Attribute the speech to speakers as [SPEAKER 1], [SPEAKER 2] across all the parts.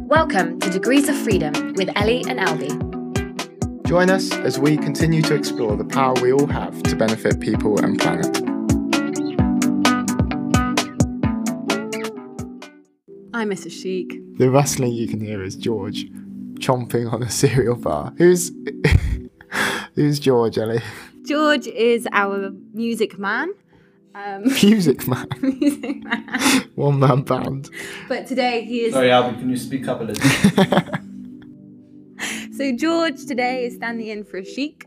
[SPEAKER 1] Welcome to Degrees of Freedom with Ellie and Albie.
[SPEAKER 2] Join us as we continue to explore the power we all have to benefit people and planet.
[SPEAKER 3] I'm Mrs. Chic.
[SPEAKER 2] The rustling you can hear is George chomping on a cereal bar. Who's who's George, Ellie?
[SPEAKER 3] George is our music man. Um,
[SPEAKER 2] Music man,
[SPEAKER 3] music man.
[SPEAKER 2] one man band.
[SPEAKER 3] But today he is.
[SPEAKER 4] Sorry, Albie, can you speak up a little?
[SPEAKER 3] So George today is standing in for a Chic.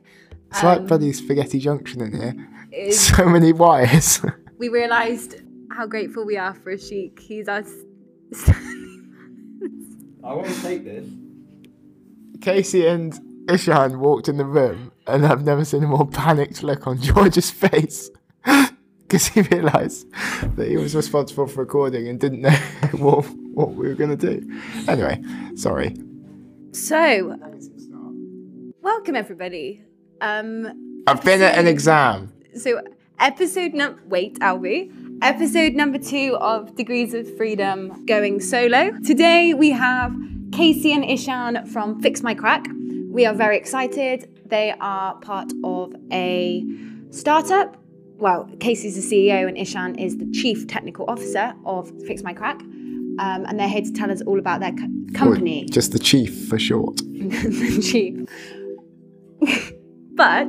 [SPEAKER 2] It's like
[SPEAKER 3] Um,
[SPEAKER 2] bloody spaghetti junction in here.
[SPEAKER 3] Is,
[SPEAKER 2] So many wires.
[SPEAKER 3] we realised how grateful we are for a Chic. He's our. s- standing
[SPEAKER 4] I want to take this.
[SPEAKER 2] Casey and Ishan walked in the room, and I've never seen a more panicked look on George's face because he realised that he was responsible for recording and didn't know what, what we were going to do. Anyway, sorry.
[SPEAKER 3] man. So welcome everybody. Um,
[SPEAKER 2] I've been at an exam.
[SPEAKER 3] so episode num wait, Albie. Episode number two of Degrees of Freedom going solo. Today we have Casey and Ishan from Fix My Crack. We are very excited. They are part of a startup. Well, Casey's the CEO and Ishan is the chief technical officer of Fix My Crack. Um, and they're here to tell us all about their co- company.
[SPEAKER 2] Or just the chief for short.
[SPEAKER 3] than cheap. but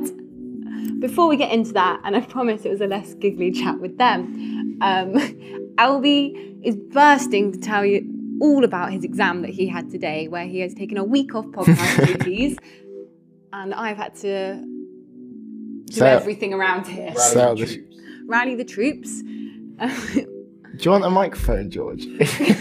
[SPEAKER 3] before we get into that, and I promise it was a less giggly chat with them, um, Albie is bursting to tell you all about his exam that he had today, where he has taken a week off podcast duties, and I've had to do
[SPEAKER 2] So-
[SPEAKER 3] everything around here.
[SPEAKER 2] Sell
[SPEAKER 4] Rally the
[SPEAKER 2] this.
[SPEAKER 4] troops.
[SPEAKER 3] Rally the troops.
[SPEAKER 2] Do you want a microphone, George?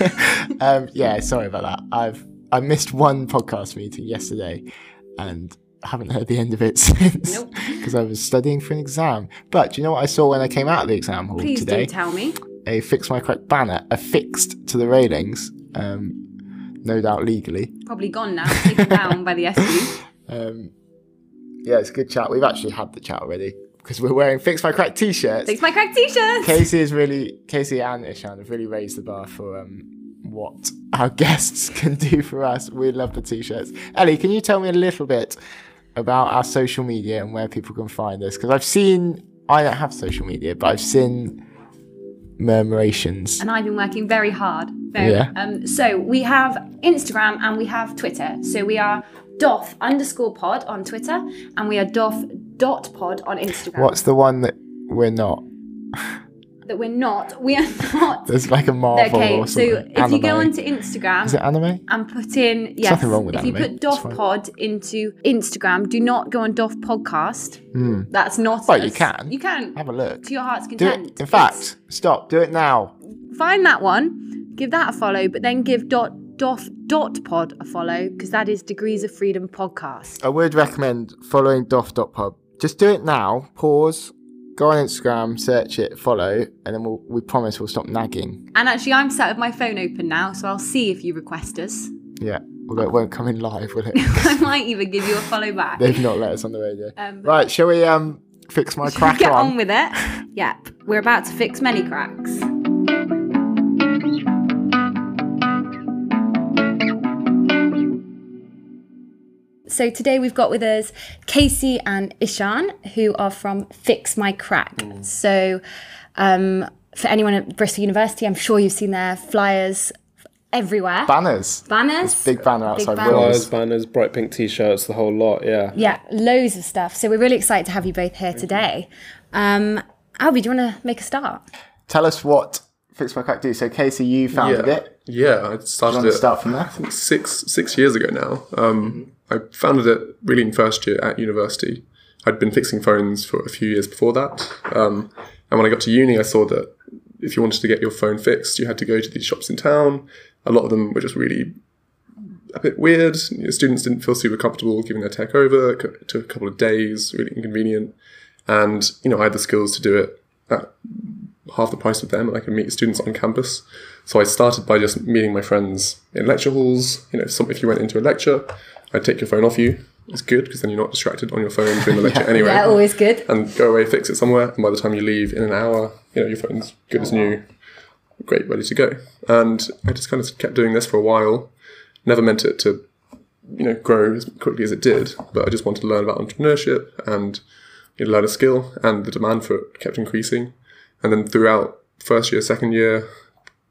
[SPEAKER 2] um, yeah, sorry about that. I've I missed one podcast meeting yesterday, and haven't heard the end of it since
[SPEAKER 3] Nope.
[SPEAKER 2] because I was studying for an exam. But do you know what I saw when I came out of the exam hall
[SPEAKER 3] Please
[SPEAKER 2] today?
[SPEAKER 3] do tell me.
[SPEAKER 2] a fix my crack banner affixed to the railings, um, no doubt legally.
[SPEAKER 3] Probably gone now, taken down by the SU.
[SPEAKER 2] Um, yeah, it's a good chat. We've actually had the chat already because we're wearing fix my crack t-shirts.
[SPEAKER 3] Takes my crack t-shirts.
[SPEAKER 2] Casey is really Casey and Ishan have really raised the bar for um, what our guests can do for us. We love the t-shirts. Ellie, can you tell me a little bit about our social media and where people can find us? Because I've seen I don't have social media, but I've seen murmurations.
[SPEAKER 3] and I've been working very hard. So,
[SPEAKER 2] Yeah.
[SPEAKER 3] um, so we have Instagram and we have Twitter. So we are doff underscore pod on Twitter and we are doff dot pod on Instagram.
[SPEAKER 2] What's the one that we're not?
[SPEAKER 3] That we're not. We are not.
[SPEAKER 2] There's like a Marvel
[SPEAKER 3] okay.
[SPEAKER 2] or
[SPEAKER 3] So
[SPEAKER 2] something.
[SPEAKER 3] if you go onto Instagram.
[SPEAKER 2] is it anime?
[SPEAKER 3] and put in yes.
[SPEAKER 2] nothing wrong with
[SPEAKER 3] if
[SPEAKER 2] anime,
[SPEAKER 3] you put
[SPEAKER 2] it's
[SPEAKER 3] Doff
[SPEAKER 2] fine.
[SPEAKER 3] Pod into Instagram, do not go on Doff Podcast. That's not.
[SPEAKER 2] Hmm. Well, you
[SPEAKER 3] us.
[SPEAKER 2] can.
[SPEAKER 3] You can.
[SPEAKER 2] Have a look.
[SPEAKER 3] To your heart's
[SPEAKER 2] Do
[SPEAKER 3] content.
[SPEAKER 2] it. In
[SPEAKER 3] It's-
[SPEAKER 2] fact, stop. Do it now.
[SPEAKER 3] find that one, give that a follow, but then give dot doff dot pod a follow because that is Degrees of Freedom podcast.
[SPEAKER 2] I would recommend following doff.pub. Just do it now, pause, go on Instagram, search it, follow, and then we'll, we promise we'll stop nagging.
[SPEAKER 3] And actually, I'm sat with my phone open now, so I'll see if you request us.
[SPEAKER 2] Yeah, although it won't come in live, will it?
[SPEAKER 3] I might even give you a follow back.
[SPEAKER 2] They've not let us on the radio.
[SPEAKER 3] Um,
[SPEAKER 2] right, shall we um fix my crack
[SPEAKER 3] Get
[SPEAKER 2] on?
[SPEAKER 3] on with it. Yep, we're about to fix many cracks. So today we've got with us Casey and Ishan, who are from Fix My Crack.
[SPEAKER 2] Mm.
[SPEAKER 3] So um, for anyone at Bristol University, I'm sure you've seen their flyers everywhere.
[SPEAKER 2] Banners.
[SPEAKER 3] Banners.
[SPEAKER 2] Big banner outside
[SPEAKER 3] banner.
[SPEAKER 2] Will's.
[SPEAKER 5] Flyers, banners, bright pink t-shirts, the whole lot. Yeah.
[SPEAKER 3] yeah, loads of stuff. So we're really excited to have you both here today. Um, Albie, do you want to make a start?
[SPEAKER 2] Tell us what Fix My Crack do. So, Casey, you founded it.
[SPEAKER 5] Yeah, I
[SPEAKER 2] Do
[SPEAKER 5] started
[SPEAKER 2] you want
[SPEAKER 5] it
[SPEAKER 2] to start from there?
[SPEAKER 5] six six years ago now. Um, I founded it really in first year at university. I'd been fixing phones for a few years before that, um, and when I got to uni, I saw that if you wanted to get your phone fixed, you had to go to these shops in town. A lot of them were just really a bit weird. You know, students didn't feel super comfortable giving their tech over. It co- took a couple of days, really inconvenient. And you know, I had the skills to do it at half the price of them, and I could meet students on campus. So I started by just meeting my friends in lecture halls. You know, some, if you went into a lecture, I'd take your phone off you. It's good because then you're not distracted on your phone during the lecture anyway.
[SPEAKER 3] Yeah, always good.
[SPEAKER 5] And go away, fix it somewhere. And by the time you leave in an hour, you know, your phone's
[SPEAKER 2] Oh,
[SPEAKER 5] good as new, great, ready to go. And I just kind of kept doing this for a while never meant it to, you know, grow as quickly as it did. But I just wanted to learn about entrepreneurship and you know, learn a skill, and the demand for it kept increasing. And then throughout first year, second year,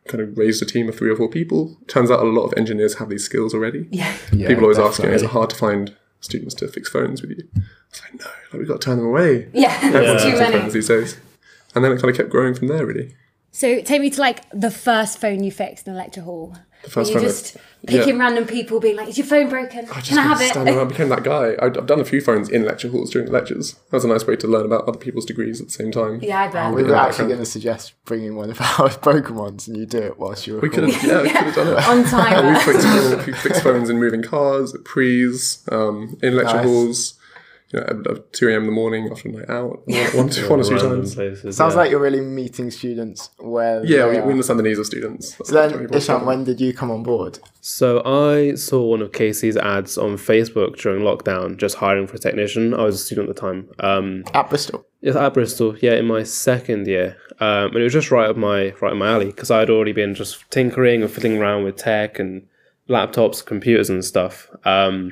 [SPEAKER 5] kind of raised a team of three or four people. Turns out a lot of engineers have these skills already.
[SPEAKER 6] Yeah.
[SPEAKER 2] Yeah,
[SPEAKER 5] people always ask, you know,
[SPEAKER 2] definitely.
[SPEAKER 5] is it hard to find students to fix phones with you? It's like, no, like, we've got to turn them away.
[SPEAKER 6] Yeah.
[SPEAKER 5] Everyone's
[SPEAKER 6] Too
[SPEAKER 5] fixing
[SPEAKER 6] many.
[SPEAKER 5] phones these days. And then it kind of kept growing from there, really.
[SPEAKER 3] So take me to like the first phone you fixed in a lecture hall. The
[SPEAKER 5] first
[SPEAKER 3] you
[SPEAKER 5] phone I-
[SPEAKER 3] just picking
[SPEAKER 5] yeah.
[SPEAKER 3] random people, being like, "Is your phone broken?
[SPEAKER 5] I just
[SPEAKER 3] Can I have
[SPEAKER 5] kinda
[SPEAKER 3] it?"
[SPEAKER 5] stand around, became that guy. I'd, I've done a few phones in lecture halls during lectures. That was a nice way to learn about other people's degrees at the same time.
[SPEAKER 3] Yeah, I bet.
[SPEAKER 2] We
[SPEAKER 5] Yeah,
[SPEAKER 2] were actually
[SPEAKER 5] background.
[SPEAKER 2] going to suggest bringing one of our Pokemons and you do it whilst you were
[SPEAKER 5] We could have, yeah, we could have done it.
[SPEAKER 3] On
[SPEAKER 5] And we
[SPEAKER 3] timer.
[SPEAKER 5] fixed, we fixed phones in moving cars, at pre's, um, in lecture
[SPEAKER 2] Nice.
[SPEAKER 5] halls, you know, at, at 2 a.m. in the morning after a night out, one, two, one or two
[SPEAKER 7] Random
[SPEAKER 5] times.
[SPEAKER 7] places,
[SPEAKER 2] Sounds
[SPEAKER 7] yeah.
[SPEAKER 2] like you're really meeting students where.
[SPEAKER 5] Yeah,
[SPEAKER 2] they
[SPEAKER 5] we,
[SPEAKER 2] are.
[SPEAKER 5] we understand the needs of students. That's
[SPEAKER 2] So
[SPEAKER 5] what
[SPEAKER 2] then,
[SPEAKER 5] people
[SPEAKER 2] Ishan,
[SPEAKER 5] want.
[SPEAKER 2] when did you come on board?
[SPEAKER 7] So I saw one of Casey's ads on Facebook during lockdown, just hiring for a technician. I was a student at the time. Um,
[SPEAKER 2] At Bristol.
[SPEAKER 7] Yes, at Bristol, yeah, in my second year, um, and it was just right up my right up my alley because I had already been just tinkering and fiddling around with tech and laptops, computers, and stuff. Um,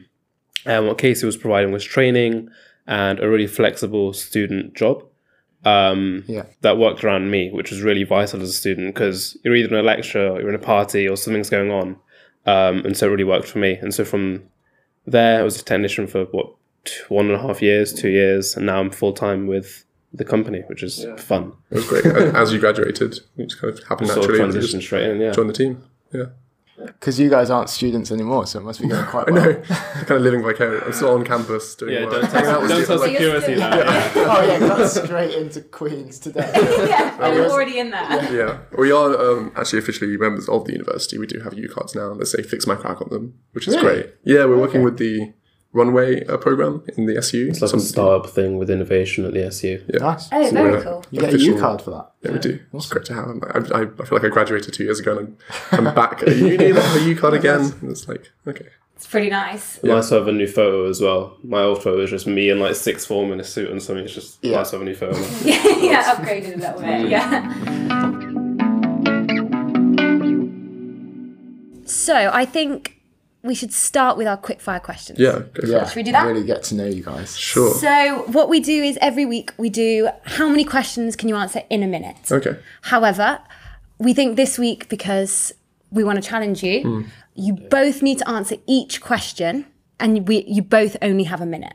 [SPEAKER 7] and what Casey was providing was training and a really flexible student job um,
[SPEAKER 2] Yeah.
[SPEAKER 7] that worked around me, which was really vital as a student because you're either in a lecture, or you're in a party, or something's going on, um, and so it really worked for me. And so from there, I was a technician for what t- one and a half years, two years, and now I'm full time with the company, which is fun.
[SPEAKER 5] It was great. And As you graduated, it just kind of happened
[SPEAKER 7] Sort of
[SPEAKER 5] naturally. and you
[SPEAKER 7] transition
[SPEAKER 5] just
[SPEAKER 7] straight in, yeah.
[SPEAKER 5] joined the team. Yeah.
[SPEAKER 2] Because you guys aren't students anymore, so it must be going quite
[SPEAKER 5] I
[SPEAKER 2] well.
[SPEAKER 5] know. kind of living vicariously. I'm still on campus doing work. Hanging out with students.
[SPEAKER 7] security that.
[SPEAKER 2] oh yeah, got straight into Queens today.
[SPEAKER 6] yeah. We're already in there.
[SPEAKER 5] Yeah, we are um, actually officially members of the university. We do have U cards now that say "Fix My Crack" on them, which is
[SPEAKER 2] Really?
[SPEAKER 5] great. Yeah, we're working with the Runway uh, program in the SU.
[SPEAKER 7] It's like a startup thing with innovation at the SU.
[SPEAKER 5] Yeah.
[SPEAKER 2] nice.
[SPEAKER 3] Oh,
[SPEAKER 5] we're
[SPEAKER 3] very cool.
[SPEAKER 2] You get a
[SPEAKER 5] official-
[SPEAKER 2] U card for that.
[SPEAKER 5] Yeah, we do. It's great to have. I'm like, I, I, I feel like I graduated two years ago and I'm, I'm back at uni and I have a U card again. And it's like, okay.
[SPEAKER 6] It's pretty nice.
[SPEAKER 7] Nice to have a new photo as well. My old photo is just me in like sixth form in a suit and something. It's just
[SPEAKER 2] Yeah.
[SPEAKER 7] nice to have a new photo.
[SPEAKER 6] yeah, upgraded a little bit. Yeah.
[SPEAKER 3] So I think we should start with our quickfire questions.
[SPEAKER 5] Yeah, go for
[SPEAKER 2] Yeah.
[SPEAKER 5] it.
[SPEAKER 3] we do that?
[SPEAKER 2] Really get to know you guys.
[SPEAKER 5] Sure.
[SPEAKER 3] So what we do is every week we do how many questions can you answer in a minute?
[SPEAKER 5] Okay.
[SPEAKER 3] However, we think this week because we want to challenge you,
[SPEAKER 5] Hmm.
[SPEAKER 3] you both need to answer each question and we you both only have a minute.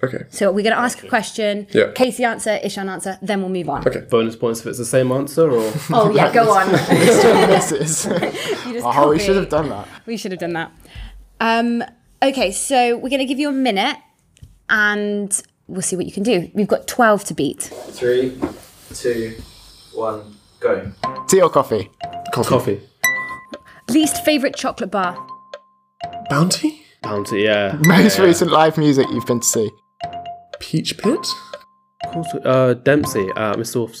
[SPEAKER 5] Okay.
[SPEAKER 3] So we're going to ask a question,
[SPEAKER 5] Yeah.
[SPEAKER 3] Casey answer, Ishan answer, then we'll move on.
[SPEAKER 5] Okay.
[SPEAKER 7] Bonus points if it's the same answer or
[SPEAKER 3] Oh yeah, go on.
[SPEAKER 2] This is. oh, we should have done that.
[SPEAKER 3] we should have done that. Um, okay, so we're going to give you a minute and we'll see what you can do. We've got 12 to beat.
[SPEAKER 4] Three, two, one, go.
[SPEAKER 2] Tea or coffee?
[SPEAKER 5] Coffee.
[SPEAKER 7] coffee.
[SPEAKER 3] Least favorite chocolate bar.
[SPEAKER 5] Bounty?
[SPEAKER 7] Bounty, yeah.
[SPEAKER 2] Most
[SPEAKER 7] Yeah.
[SPEAKER 2] recent live music you've been to see?
[SPEAKER 5] Peach Pit?
[SPEAKER 7] Cool to- Uh, Dempsey, uh, Mr. Wolf's.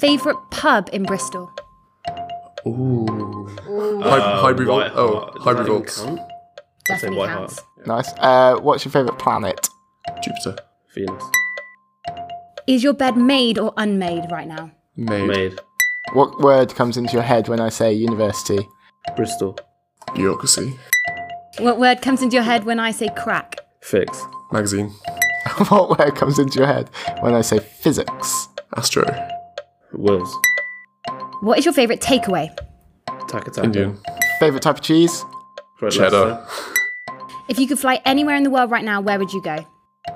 [SPEAKER 3] Favorite pub in Bristol.
[SPEAKER 5] Ooh. Hy- Highbury Vault?
[SPEAKER 7] White
[SPEAKER 5] Oh,
[SPEAKER 7] Hart. Does
[SPEAKER 5] Highbury
[SPEAKER 7] that even
[SPEAKER 5] Vaults.
[SPEAKER 7] count?
[SPEAKER 3] Definitely
[SPEAKER 7] White
[SPEAKER 3] counts.
[SPEAKER 2] Nice. Uh, what's your favourite planet?
[SPEAKER 5] Jupiter.
[SPEAKER 7] Venus.
[SPEAKER 3] Is your bed made or unmade right now?
[SPEAKER 5] Maid.
[SPEAKER 7] Made.
[SPEAKER 2] What word comes into your head when I say university?
[SPEAKER 7] Bristol.
[SPEAKER 5] Bureaucracy.
[SPEAKER 3] What word comes into your head when I say crack?
[SPEAKER 7] Fix.
[SPEAKER 5] Magazine.
[SPEAKER 2] what word comes into your head when I say physics?
[SPEAKER 5] Astro.
[SPEAKER 7] Wills.
[SPEAKER 3] What is your favorite takeaway?
[SPEAKER 7] Taka Taka.
[SPEAKER 5] Indian.
[SPEAKER 2] Favourite type of cheese?
[SPEAKER 7] Red
[SPEAKER 5] Cheddar.
[SPEAKER 3] If you could fly anywhere in the world right now, where would you go?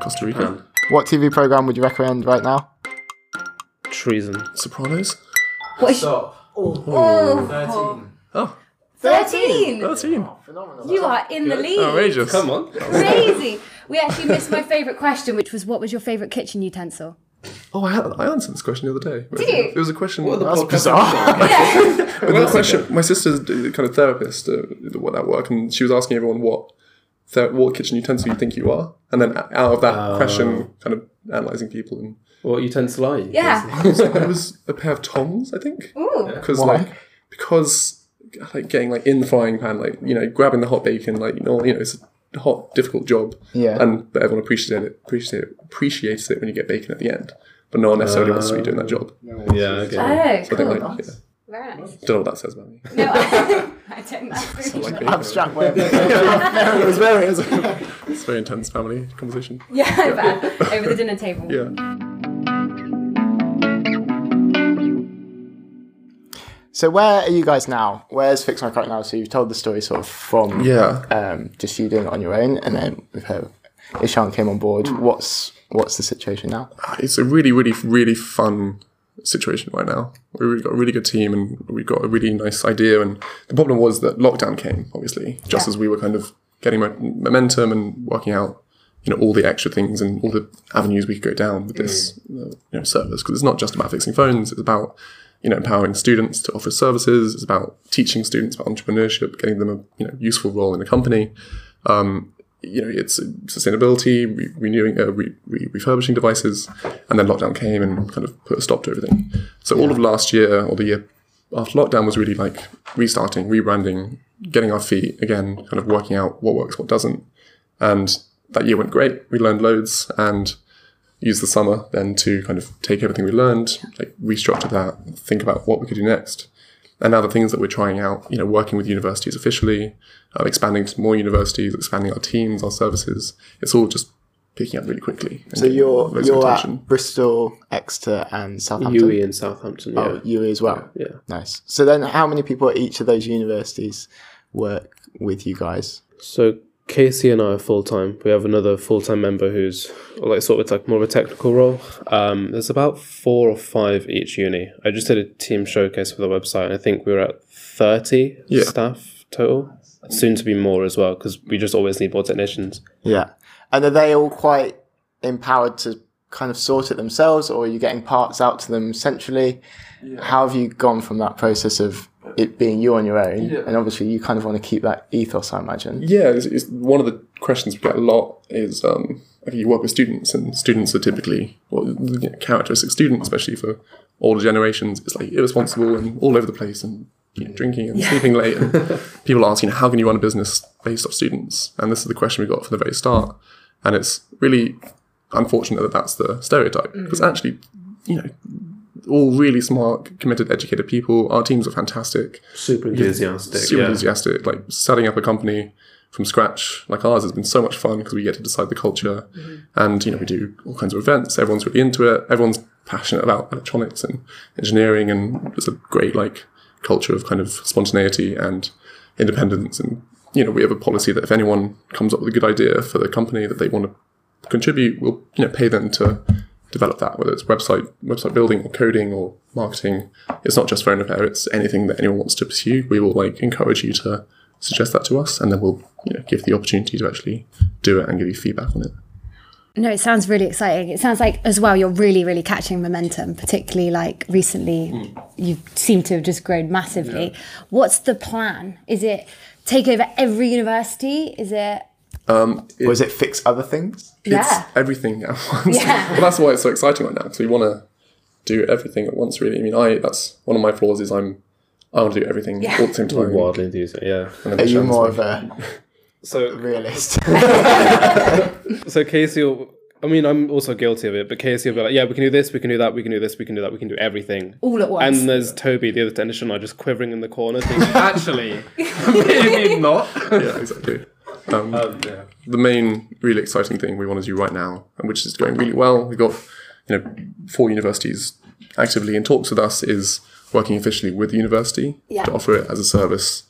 [SPEAKER 5] Costa Rica.
[SPEAKER 2] What TV programme would you recommend right now?
[SPEAKER 7] Treason.
[SPEAKER 5] Sopranos.
[SPEAKER 3] What is
[SPEAKER 4] Stop. Oh, Thirteen.
[SPEAKER 5] Oh,
[SPEAKER 3] 13?
[SPEAKER 5] 13.
[SPEAKER 3] You are in the lead.
[SPEAKER 5] Oh, Outrageous.
[SPEAKER 7] Come on.
[SPEAKER 3] Crazy. We actually missed my favorite question, which was what was your favorite kitchen utensil?
[SPEAKER 5] Oh, I, had, I answered this question the other day. Did
[SPEAKER 3] you?
[SPEAKER 5] It was a question.
[SPEAKER 2] That's bizarre.
[SPEAKER 5] it was a question. My sister's d- kind of therapist uh, what at work, and she was asking everyone what ther- what kitchen utensil you think you are, and then o- out of that
[SPEAKER 7] Oh.
[SPEAKER 5] question, kind of analyzing people, and
[SPEAKER 7] What utensil are you?
[SPEAKER 6] Yeah.
[SPEAKER 5] it was a pair of tongs, I think,
[SPEAKER 6] Ooh.
[SPEAKER 5] because
[SPEAKER 2] Why?
[SPEAKER 5] like because like getting like in the frying pan, like you know, grabbing the hot bacon, like you know, you know, it's a hot, difficult job,
[SPEAKER 2] Yeah.
[SPEAKER 5] and but everyone appreciates it, appreciate it, appreciates it when you get bacon at the end. But no one necessarily wants to be doing that job.
[SPEAKER 7] Yeah, okay.
[SPEAKER 6] Oh,
[SPEAKER 5] I think,
[SPEAKER 6] cool.
[SPEAKER 5] like, yeah,
[SPEAKER 6] Very nice.
[SPEAKER 5] don't know what that says about me.
[SPEAKER 6] No, I, I don't
[SPEAKER 5] like a-
[SPEAKER 2] Abstract way of looking
[SPEAKER 5] it was very, it was it's a very intense family conversation.
[SPEAKER 8] Yeah, I bet. Over the dinner table.
[SPEAKER 5] Yeah.
[SPEAKER 2] So where are you guys now? Where's Fix My Crack now? So you've told the story sort of from
[SPEAKER 5] Yeah.
[SPEAKER 2] um, just you doing it on your own, and then we've heard Ishan came on board. What's what's the situation now?
[SPEAKER 5] it's a really, really, really fun situation right now. We've got a really good team and we've got a really nice idea. And the problem was that lockdown came, obviously, just as we were kind of getting mo- momentum and working out, you know, all the extra things and all the avenues we could go down with this, uh, you know, service. Because it's not just about fixing phones; it's about you know empowering students to offer services. It's about teaching students about entrepreneurship, getting them a you know useful role in a company Um, you know, it's sustainability, re- renewing, uh, re- re- refurbishing devices, and then lockdown came and kind of put a stop to everything. So all of last year or the year after lockdown was really like restarting, rebranding, getting our feet again, kind of working out what works, what doesn't. And that year went great. We learned loads and used the summer then to kind of take everything we learned, like restructure that, think about what we could do next. And now the things that we're trying out, you know, working with universities officially, uh, expanding to more universities, expanding our teams, our services, it's all just picking up really quickly. and
[SPEAKER 2] So
[SPEAKER 5] getting
[SPEAKER 2] you're
[SPEAKER 5] loads of
[SPEAKER 2] you're
[SPEAKER 5] attention.
[SPEAKER 2] at Bristol, Exeter, and Southampton.
[SPEAKER 7] Yui in Southampton. Yeah.
[SPEAKER 2] Oh, UE as well.
[SPEAKER 7] Yeah.
[SPEAKER 2] Nice. So then, how many people at each of those universities work with you guys?
[SPEAKER 7] So Casey and I are full time. We have another full time member who's like sort of like more of a technical role. Um, there's about four or five each uni. I just did a team showcase for the website, and I think we were at thirty
[SPEAKER 5] Yeah.
[SPEAKER 7] staff total. Soon to be more as well, because we just always need more technicians.
[SPEAKER 2] Yeah. And are they all quite empowered to kind of sort it themselves, or are you getting parts out to them centrally? How have you gone from that process of it being you on your own? And obviously, you kind of want to keep that ethos, I imagine.
[SPEAKER 5] Yeah, it's, it's one of the questions we get a lot is um, like you work with students, and students are typically well, the you know, characteristic students, especially for older generations, is like irresponsible and all over the place, and you know, drinking and sleeping late. And people are asking, how can you run a business based off students? And this is the question we got from the very start, and it's really unfortunate that that's the stereotype because actually, you know. All really smart, committed, educated people. Our teams are fantastic
[SPEAKER 7] Super enthusiastic.
[SPEAKER 5] super enthusiastic. Like setting up a company from scratch, like ours, has been so much fun because we get to decide the culture, and you know we do all kinds of events. Everyone's really into it. Everyone's passionate about electronics and engineering, and it's a great like culture of kind of spontaneity and independence. And you know we have a policy that if anyone comes up with a good idea for the company that they want to contribute, we'll you know pay them to develop that whether it's website website building or coding or marketing it's not just phone repair it's anything that anyone wants to pursue we will like encourage you to suggest that to us and then we'll you know give the opportunity to actually do it and give you feedback on it
[SPEAKER 8] No, it sounds really exciting. It sounds like as well you're really, really catching momentum, particularly like recently you seem to have just grown massively. What's the plan? Is it take over every university? Is it
[SPEAKER 2] Or is it fix other things?
[SPEAKER 8] Yeah.
[SPEAKER 5] it's everything at once
[SPEAKER 8] Yeah.
[SPEAKER 5] well that's why it's so exciting right now because we want to do everything at once really i mean i that's one of my flaws is i'm i want to do everything all at the same time
[SPEAKER 7] Wildly enthusiastic. Yeah.
[SPEAKER 5] And
[SPEAKER 2] Are
[SPEAKER 5] then
[SPEAKER 2] you
[SPEAKER 5] Shan's
[SPEAKER 2] more
[SPEAKER 5] like-
[SPEAKER 2] of a
[SPEAKER 7] So
[SPEAKER 2] realist?
[SPEAKER 7] So Casey will. I mean, I'm also guilty of it, but Casey will be like, "Yeah, we can do this, we can do that, we can do this, we can do that, we can do everything
[SPEAKER 8] All at once.
[SPEAKER 7] And there's Toby, the other technician, I just quivering in the corner, thinking, "Actually, maybe not."
[SPEAKER 5] yeah, exactly. Um, The main really exciting thing we want to do right now, and which is going really well, we've got you know four universities actively in talks with us, is working officially with the university to offer it as a service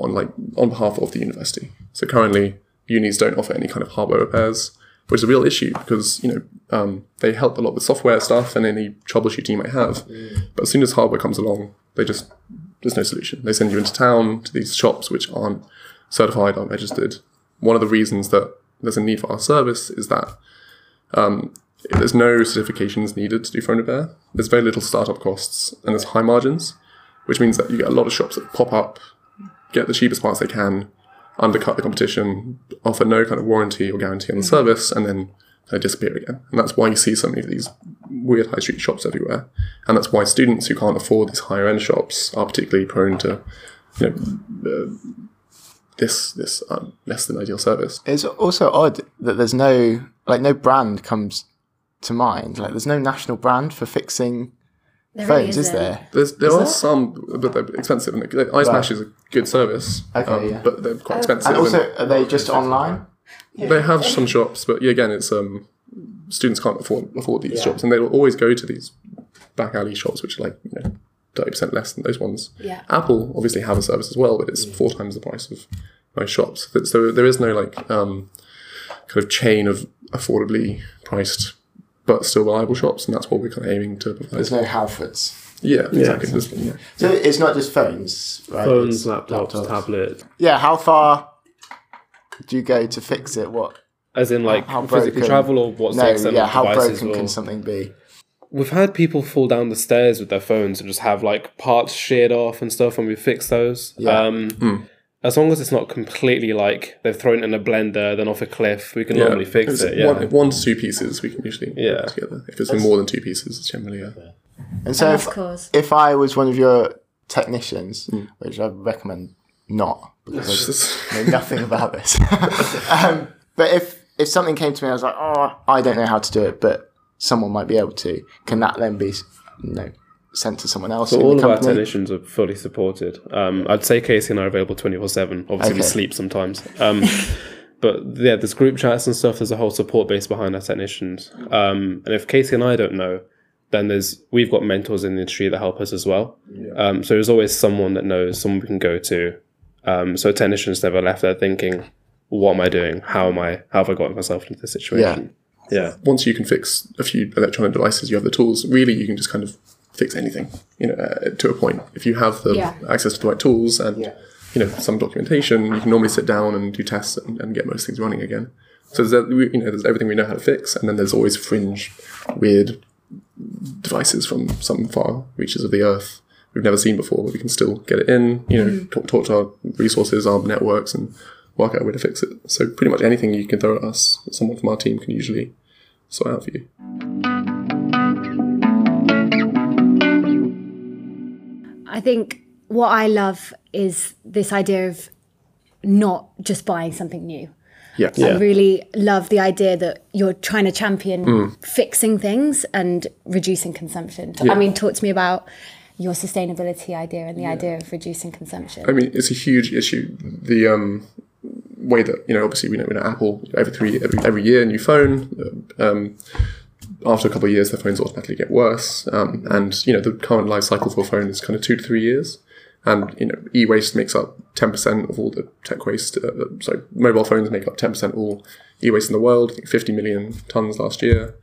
[SPEAKER 5] on like on behalf of the university. So currently, unis don't offer any kind of hardware repairs, which is a real issue because you know um, they help a lot with software stuff and any troubleshooting you might have. But as soon as hardware comes along, they just there's no solution. They send you into town to these shops which aren't certified, aren't registered. One of the reasons that there's a need for our service is that um, there's no certifications needed to do phone repair. There's very little startup costs and there's high margins, which means that you get a lot of shops that pop up, get the cheapest parts they can, undercut the competition, offer no kind of warranty or guarantee on the service, and then they disappear again. And that's why you see so many of these weird high street shops everywhere. And that's why students who can't afford these higher end shops are particularly prone to, you know, uh, this this um, less than ideal service.
[SPEAKER 2] It's also odd that there's no like no brand comes to mind. Like there's no national brand for fixing
[SPEAKER 8] There really
[SPEAKER 2] phones, is
[SPEAKER 8] isn't.
[SPEAKER 2] there?
[SPEAKER 5] There's, there are some, but they're expensive. And like, Ice Mash is a good service, um,
[SPEAKER 2] Okay, yeah.
[SPEAKER 5] but they're quite expensive.
[SPEAKER 2] And also, are they just online?
[SPEAKER 5] They have some shops, but yeah, again, it's um, students can't afford afford these shops, and they'll always go to these back alley shops, which are like you know thirty percent less than those ones.
[SPEAKER 8] Yeah.
[SPEAKER 5] Apple obviously have a service as well, but it's four times the price of most shops. Th- So there is no like um, kind of chain of affordably priced but still reliable shops, and that's what we're kind of aiming to provide.
[SPEAKER 2] There's no Halfords.
[SPEAKER 5] Yeah, exactly. There's- yeah.
[SPEAKER 2] So it's not just phones, right?
[SPEAKER 7] Phones,
[SPEAKER 2] It's
[SPEAKER 7] laptops, tablets.
[SPEAKER 2] Yeah, how far do you go to fix it? What?
[SPEAKER 7] As in, like
[SPEAKER 2] How
[SPEAKER 7] physical
[SPEAKER 2] broken?
[SPEAKER 7] travel or what's the
[SPEAKER 2] No,
[SPEAKER 7] extent
[SPEAKER 2] yeah,
[SPEAKER 7] of
[SPEAKER 2] how
[SPEAKER 7] devices?
[SPEAKER 2] broken
[SPEAKER 7] or...
[SPEAKER 2] can something be?
[SPEAKER 7] We've had people fall down the stairs with their phones and just have like parts sheared off and stuff, and we fix those.
[SPEAKER 2] Yeah. Hmm.
[SPEAKER 7] Um, As long as it's not completely like they've thrown it in a blender, then off a cliff, we can normally fix
[SPEAKER 5] It's
[SPEAKER 7] it. Yeah.
[SPEAKER 5] One, one to two pieces we can usually
[SPEAKER 7] Yeah.
[SPEAKER 5] put together. If it's more than two pieces, it's generally a
[SPEAKER 2] And so,
[SPEAKER 8] Oh, Of
[SPEAKER 2] if,
[SPEAKER 8] course.
[SPEAKER 2] if I was one of your technicians,
[SPEAKER 7] Hmm.
[SPEAKER 2] which I recommend not because I know nothing about this, um, but if if something came to me, I was like, oh, I don't know how to do it, but someone might be able to. Can that then be, you know, sent to someone else in
[SPEAKER 7] All
[SPEAKER 2] the
[SPEAKER 7] of our
[SPEAKER 2] company?
[SPEAKER 7] technicians are fully supported. Um, I'd say Casey and I are available 24 7. Obviously, we
[SPEAKER 2] Okay.
[SPEAKER 7] sleep sometimes. Um, but yeah, there's group chats and stuff. There's a whole support base behind our technicians. Um, and if Casey and I don't know, then there's we've got mentors in the industry that help us as well. Um, so there's always someone that knows, someone we can go to. Um, so a technician's never left there thinking, what am I doing? How am I? How have I gotten myself into this situation? Yeah.
[SPEAKER 5] once you can fix a few electronic devices, you have the tools. Really, you can just kind of fix anything, you know, uh, to a point. If you have the
[SPEAKER 8] Yeah.
[SPEAKER 5] access to the right tools and you know some documentation, you can normally sit down and do tests and, and get most things running again. So there's that, we- you know, there's everything we know how to fix, and then there's always fringe, weird devices from some far reaches of the earth we've never seen before, but we can still get it in. You know, talk, talk to our resources, our networks, and work out a way to fix it. So pretty much anything you can throw at us, someone from our team can usually sort out for you.
[SPEAKER 8] I think what I love is this idea of not just buying something new.
[SPEAKER 5] Yeah.
[SPEAKER 8] I really love the idea that you're trying to champion
[SPEAKER 5] Mm.
[SPEAKER 8] fixing things and reducing consumption. I mean, talk to me about your sustainability idea and the idea of reducing consumption.
[SPEAKER 5] I mean, it's a huge issue. The um, way that you know, obviously, we know, we know Apple every three every, every year new phone. Um, after a couple of years, their phones automatically get worse, um, and you know the current life cycle for a phone is kind of two to three years. And you know, e-waste makes up ten percent of all the tech waste. Uh, uh, sorry, mobile phones make up ten percent of all e-waste in the world. I think Fifty million tons last year,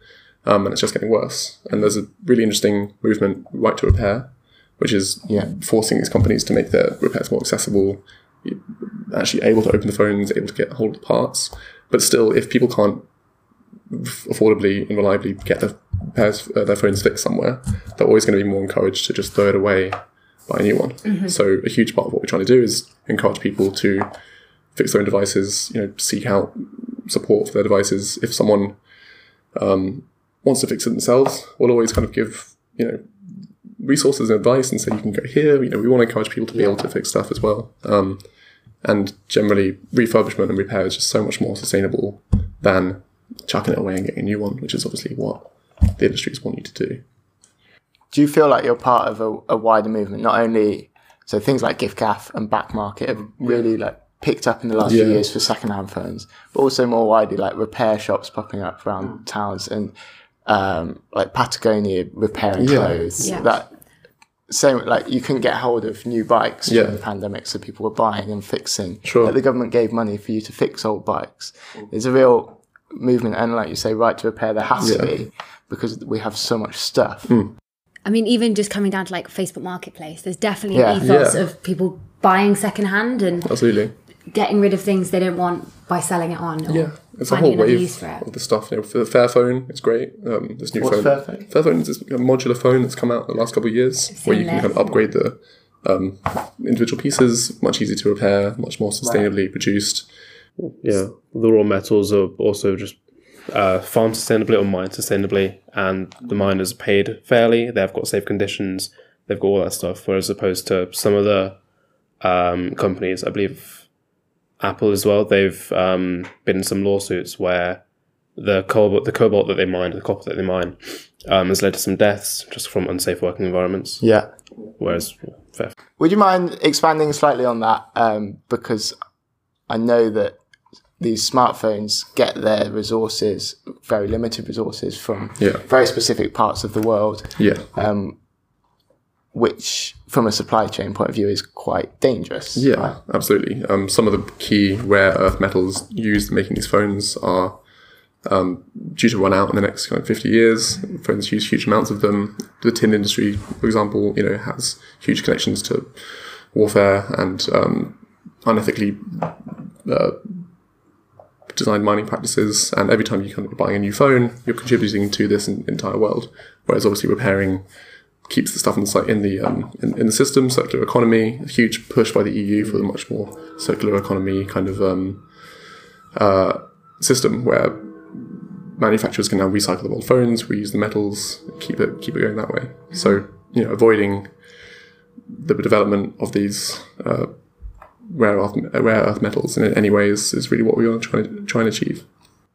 [SPEAKER 5] um, and it's just getting worse. And there's a really interesting movement, right to repair, which is
[SPEAKER 2] Yeah.
[SPEAKER 5] forcing these companies to make their repairs more accessible, actually able to open the phones, able to get hold of parts. But still, if people can't f- affordably and reliably get their pairs, uh, their phones fixed somewhere, they're always going to be more encouraged to just throw it away, buy a new one. So a huge part of what we're trying to do is encourage people to fix their own devices. You know, seek out support for their devices. If someone um, wants to fix it themselves, we'll always kind of give you know resources and advice and say you can go here. You know, we want to encourage people to be able to fix stuff as well. Um, and generally, refurbishment and repair is just so much more sustainable than chucking it away and getting a new one, which is obviously what the industries want you to do.
[SPEAKER 2] Do you feel like you're part of a, a wider movement? Not only so things like GiftCaff and Backmarket have really like picked up in the last few
[SPEAKER 5] Yeah.
[SPEAKER 2] years for secondhand phones, but also more widely like repair shops popping up around
[SPEAKER 5] Mm.
[SPEAKER 2] towns and um, like Patagonia repairing clothes.
[SPEAKER 8] Yeah.
[SPEAKER 2] That same like you couldn't get hold of new bikes during
[SPEAKER 5] Yeah.
[SPEAKER 2] the pandemic, so people were buying and fixing.
[SPEAKER 5] Sure. Mm.
[SPEAKER 2] Like, the government gave money for you to fix old bikes. There's a real movement, and like you say, right to repair. There has to
[SPEAKER 5] Yeah. Mm.
[SPEAKER 2] be because we have so much stuff.
[SPEAKER 8] I mean, even just coming down to like Facebook Marketplace, there's definitely
[SPEAKER 2] Yeah.
[SPEAKER 8] an ethos
[SPEAKER 5] Yeah.
[SPEAKER 8] of people buying secondhand and
[SPEAKER 5] Absolutely.
[SPEAKER 8] getting rid of things they don't want by selling it on. Or
[SPEAKER 5] Yeah, it's a
[SPEAKER 8] finding
[SPEAKER 5] whole
[SPEAKER 8] another
[SPEAKER 5] wave
[SPEAKER 8] use for it.
[SPEAKER 5] of the stuff. You know, the Fairphone is great. Um, this new
[SPEAKER 2] What's
[SPEAKER 5] phone,
[SPEAKER 2] Fairphone?
[SPEAKER 5] Fairphone is this modular phone that's come out in the last couple of years, where you can
[SPEAKER 8] less.
[SPEAKER 5] kind of upgrade the um, individual pieces. Much easier to repair, much more sustainably produced.
[SPEAKER 7] Yeah, the raw metals are also just uh, farmed sustainably or mined sustainably, and the miners are paid fairly. They've got safe conditions. They've got all that stuff. Whereas opposed to some of the um, companies, I believe Apple as well, they've um, been in some lawsuits where the cobalt, the cobalt that they mine, the copper that they mine, um, has led to some deaths just from unsafe working environments.
[SPEAKER 2] Yeah.
[SPEAKER 7] Whereas, fair.
[SPEAKER 2] Would you mind expanding slightly on that? Um, because I know that these smartphones get their resources, very limited resources, from
[SPEAKER 5] Yeah.
[SPEAKER 2] very specific parts of the world,
[SPEAKER 5] Yeah.
[SPEAKER 2] which, from a supply chain point of view, is quite dangerous.
[SPEAKER 5] Yeah,
[SPEAKER 2] right?
[SPEAKER 5] absolutely. Um, some of the key rare earth metals used in making these phones are um, due to run out in the next kind of 50 years. Phones use huge amounts of them. The tin industry, for example, you know, has huge connections to warfare and um, unethically uh, designed mining practices. And every time you're kind of buying a new phone, you're contributing to this en- entire world. Whereas obviously repairing keeps the stuff in the site in the um, in, in the system circular economy a huge push by the EU for the much more circular economy kind of um, uh, system where manufacturers can now recycle the old phones reuse the metals keep it keep it going that way so you know avoiding the development of these uh, rare earth rare earth metals in any ways is really what we want to try, try and achieve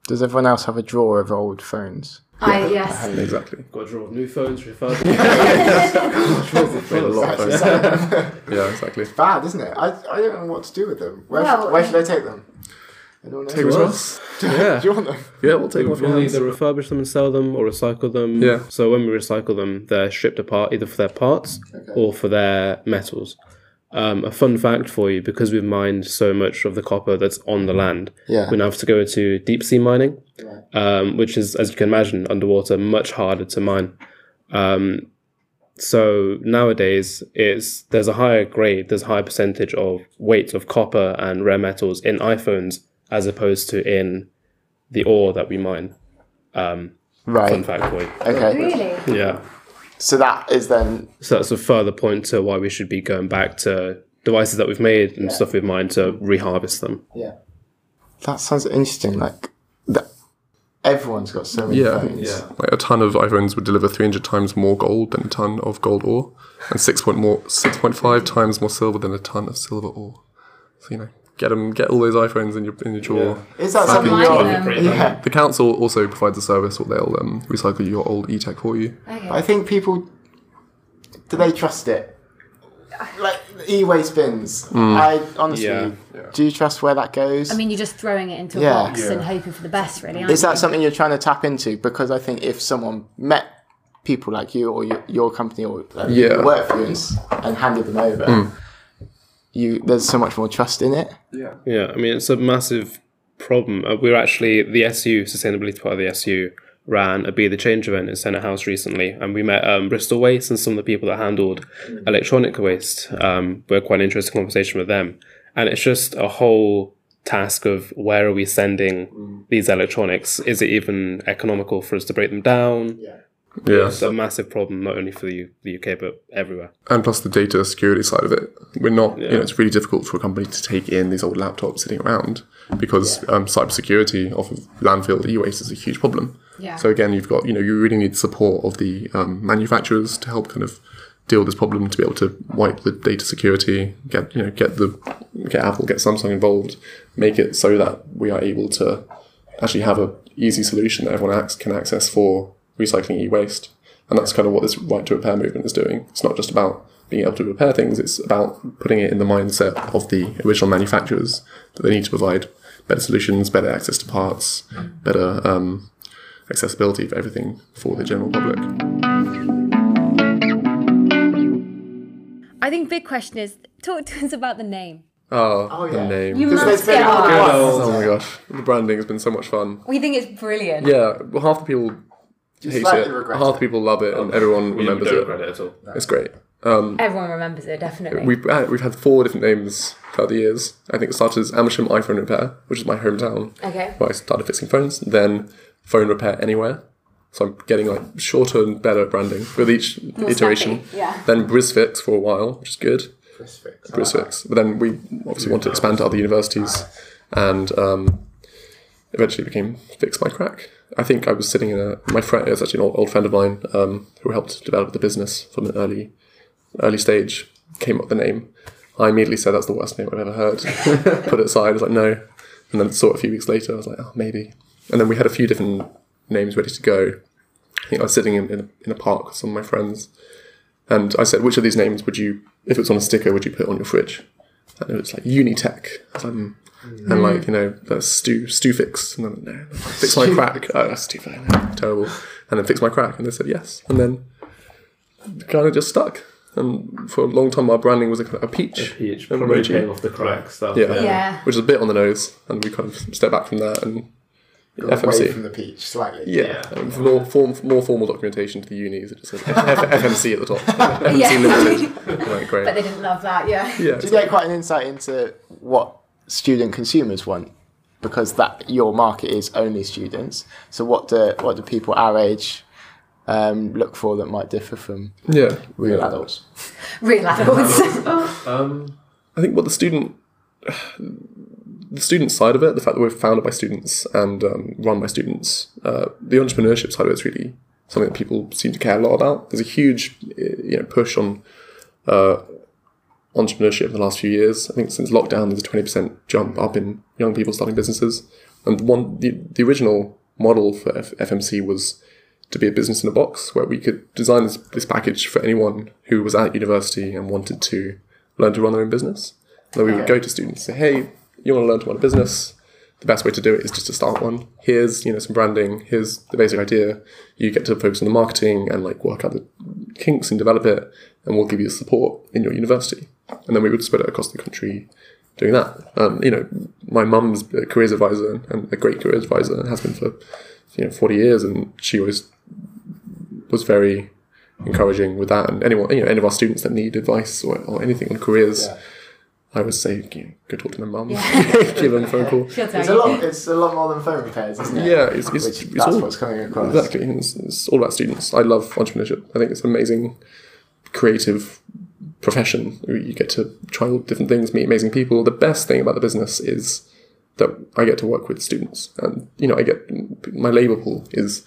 [SPEAKER 2] Does everyone else have a drawer of old phones?
[SPEAKER 8] I, yes.
[SPEAKER 5] exactly
[SPEAKER 7] Got a draw of new phones, refurbished.
[SPEAKER 5] a lot of phones. yeah exactly
[SPEAKER 2] Bad, isn't it? I, I don't know what to do with them. Where,
[SPEAKER 8] Well, um,
[SPEAKER 2] where should I take them? Anyone know?
[SPEAKER 5] Take us.
[SPEAKER 7] yeah.
[SPEAKER 2] Do you want them?
[SPEAKER 5] yeah we'll take one from
[SPEAKER 7] We'll
[SPEAKER 5] hands.
[SPEAKER 7] either refurbish them and sell them or recycle them.
[SPEAKER 5] Yeah.
[SPEAKER 7] So when we recycle them, they're stripped apart either for their parts or for their metals. Um, a fun fact for you, because we've mined so much of the copper that's on the land,
[SPEAKER 2] Yeah.
[SPEAKER 7] we now have to go into deep sea mining, um, which is, as you can imagine, underwater much harder to mine. Um, so nowadays, it's there's a higher grade, there's a higher percentage of weight of copper and rare metals in iPhones as opposed to in the ore that we mine. Um, fun
[SPEAKER 2] Right.
[SPEAKER 7] fact for you.
[SPEAKER 2] Okay.
[SPEAKER 8] Really?
[SPEAKER 7] Yeah.
[SPEAKER 2] So that is then
[SPEAKER 7] So that's a further point to why we should be going back to devices that we've made and stuff we've mined to reharvest them.
[SPEAKER 2] Yeah. That sounds interesting. Like, that everyone's got so many
[SPEAKER 5] Yeah,
[SPEAKER 2] phones.
[SPEAKER 5] Like a ton of iPhones would deliver 300 times more gold than a ton of gold ore, and 6. point more 6.5 times more silver than a ton of silver ore. So you know, get them, get all those iPhones in your in your drawer.
[SPEAKER 2] Is that
[SPEAKER 5] Back in
[SPEAKER 2] something
[SPEAKER 5] your
[SPEAKER 2] you're
[SPEAKER 5] drawer.
[SPEAKER 8] them.
[SPEAKER 2] Yeah.
[SPEAKER 5] The council also provides a service, or they'll um, recycle your old e-tech for you.
[SPEAKER 2] I think people. Do they trust it? Like, e waste bins.
[SPEAKER 5] Mm.
[SPEAKER 2] I honestly.
[SPEAKER 7] Yeah.
[SPEAKER 2] Do you trust where that goes?
[SPEAKER 8] I mean, you're just throwing it into a
[SPEAKER 2] Yeah.
[SPEAKER 8] box and hoping for the best, really. Aren't
[SPEAKER 2] is that
[SPEAKER 8] you?
[SPEAKER 2] something you're trying to tap into? Because I think if someone met people like you or your, your company or like,
[SPEAKER 5] Yeah. Mm.
[SPEAKER 2] who work for you and, s- and handed them over, you there's so much more trust in it.
[SPEAKER 7] Yeah, I mean, it's a massive problem. Uh, we were actually, the SU, sustainability part of the SU, ran a Be the Change event in Senate House recently, and we met um, Bristol Waste and some of the people that handled electronic waste. Um, we had quite an interesting conversation with them. And it's just a whole task of where are we sending these electronics? Is it even economical for us to break them down?
[SPEAKER 5] Yeah.
[SPEAKER 7] It's a massive problem, not only for the, U- the UK, but everywhere.
[SPEAKER 5] and plus the data security side of it. We're not, you
[SPEAKER 7] Yeah.
[SPEAKER 5] know, it's really difficult for a company to take in these old laptops sitting around because um, cybersecurity off of landfill e-waste is a huge problem.
[SPEAKER 8] Yeah.
[SPEAKER 5] So again, you've got, you know, you really need support of the um, manufacturers to help kind of deal with this problem to be able to wipe the data security, get you know, get the get Apple, get Samsung involved, make it so that we are able to actually have a easy solution that everyone acts, can access for recycling e-waste. And that's kind of what this right to repair movement is doing. It's not just about being able to repair things, it's about putting it in the mindset of the original manufacturers that they need to provide better solutions, better access to parts, better um, accessibility of everything for the general public.
[SPEAKER 8] I think big question is talk to us about the name.
[SPEAKER 5] Oh,
[SPEAKER 2] yeah.
[SPEAKER 5] the name.
[SPEAKER 8] You
[SPEAKER 2] Because
[SPEAKER 8] must
[SPEAKER 2] there's been
[SPEAKER 8] get on.
[SPEAKER 2] one.
[SPEAKER 5] oh my gosh, the branding has been so much fun.
[SPEAKER 8] We think it's brilliant.
[SPEAKER 5] Yeah, well, half the people hate
[SPEAKER 2] slightly
[SPEAKER 5] it,
[SPEAKER 2] regret
[SPEAKER 5] half
[SPEAKER 2] it.
[SPEAKER 5] the people love it, and everyone remembers it.
[SPEAKER 7] at all.
[SPEAKER 5] It's great.
[SPEAKER 8] Everyone remembers it, definitely.
[SPEAKER 5] We've uh, we've had four different names throughout the years. I think it started as Amersham iPhone Repair, which is my hometown,
[SPEAKER 8] okay.
[SPEAKER 5] where I started fixing phones. Then Phone Repair Anywhere. So I'm getting like shorter and better at branding with each iteration.
[SPEAKER 3] yeah.
[SPEAKER 5] Then BrizFix for a while, which is good. BrizFix. But then we obviously wanted to expand to other universities, and um, eventually became Fix My Crack. I think I was sitting in a my friend it was actually an old, old friend of mine um, who helped develop the business from an early early stage. Came up with the name. I immediately said that's the worst name I've ever heard. Put it aside. I was like no, and then saw it a few weeks later. I was like oh maybe and then we had a few different names ready to go. I think I was sitting in, in, a, in a park with some of my friends, and I said, "Which of these names would you, if it was on a sticker, would you put on your fridge?" And it was like Unitech, I was like, "Hmm." and like you know, uh, Stu Stufix, and then no, fix my crack. Oh, that's too funny. terrible. And then fix my crack, and they said yes, and then kind of just stuck. And for a long time, our branding was a, kind of a peach,
[SPEAKER 7] Peach
[SPEAKER 5] and
[SPEAKER 7] probably
[SPEAKER 5] Reggie.
[SPEAKER 7] came off the crack stuff.
[SPEAKER 5] Yeah.
[SPEAKER 8] Yeah.
[SPEAKER 5] which is a bit on the nose, and we kind of stepped back from that and
[SPEAKER 2] Got away
[SPEAKER 5] FMC.
[SPEAKER 2] from the peach slightly.
[SPEAKER 5] yeah, and for more, form, more formal documentation to the unis. It just said F- F- FMC at the top, FMC Limited. Right, great.
[SPEAKER 8] But they didn't love that, yeah.
[SPEAKER 5] yeah,
[SPEAKER 2] Do you
[SPEAKER 5] it's
[SPEAKER 2] get quite an insight into what student consumers want? Because that your market is only students. So what do what do people our age um, look for that might differ from
[SPEAKER 5] like- yeah.
[SPEAKER 2] real adults?
[SPEAKER 8] Real adults.
[SPEAKER 7] Um,
[SPEAKER 5] I think what the student, the student side of it, the fact that we're founded by students and um, run by students, uh, the entrepreneurship side of it's really something that people seem to care a lot about. There's a huge, uh, you know, push on uh, entrepreneurship in the last few years. I think since lockdown, there's a twenty percent jump up in young people starting businesses. And one, the, the original model for F- FMC was to be a business in a box where we could design this, this package for anyone who was at university and wanted to learn to run their own business. And then we would go to students and say, hey, you want to learn to run a business? The best way to do it is just to start one. Here's you know some branding. Here's the basic idea. You get to focus on the marketing and like work out the kinks and develop it, and we'll give you the support in your university. And then we would spread it across the country, doing that. Um, you know, my mum's a careers advisor and a great careers advisor and has been for you know forty years, and she always was very encouraging with that. And anyone, you know, any of our students that need advice or, or anything on careers, I would say you know, go talk to their mum, give them a phone call.
[SPEAKER 2] It's a lot. It's a lot more than phone repairs, isn't it?
[SPEAKER 5] Yeah, it's, it's,
[SPEAKER 2] Which,
[SPEAKER 5] it's
[SPEAKER 2] that's
[SPEAKER 5] all,
[SPEAKER 2] what's coming across.
[SPEAKER 5] exactly. and It's, it's all about students. I love entrepreneurship. I think it's an amazing, creative profession. You get to try all different things, meet amazing people. The best thing about the business is that I get to work with students, and you know, I get my labour pool is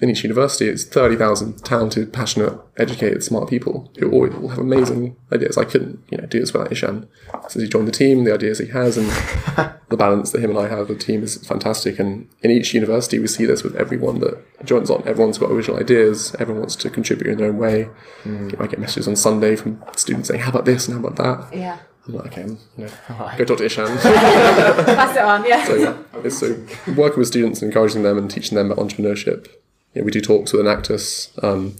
[SPEAKER 5] in each university it's 30,000 talented, passionate, educated, smart people who all, all have amazing ideas. I couldn't, you know, do this without Ishan. Since he joined the team, the ideas he has and the balance that him and I have, the team is fantastic. And in each university, we see this with everyone that joins on. Everyone's got original ideas. Everyone wants to contribute in their own way. You know, I get messages on Sunday from students saying, how about this and how about that?
[SPEAKER 8] Yeah.
[SPEAKER 5] I'm like, okay, you know, go talk to Ishan.
[SPEAKER 8] Pass it on, yeah.
[SPEAKER 5] So, yeah, it's so working with students and encouraging them and teaching them about entrepreneurship. You know, we do talks with Enactus. Um,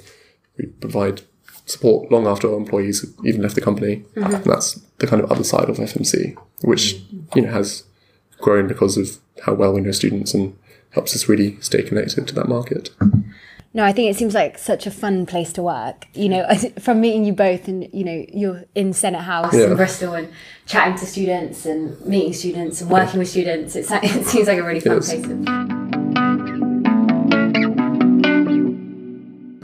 [SPEAKER 5] we provide support long after our employees have even left the company. And that's the kind of other side of FMC, which you know has grown because of how well we know students and helps us really stay connected to that market.
[SPEAKER 8] No, I think it seems like such a fun place to work. You know, as- from meeting you both, and you know, you're in Senate House
[SPEAKER 5] Yeah.
[SPEAKER 8] in Bristol and chatting to students and meeting students and working with students. It's, it seems like a really fun
[SPEAKER 5] Yes.
[SPEAKER 8] place. To,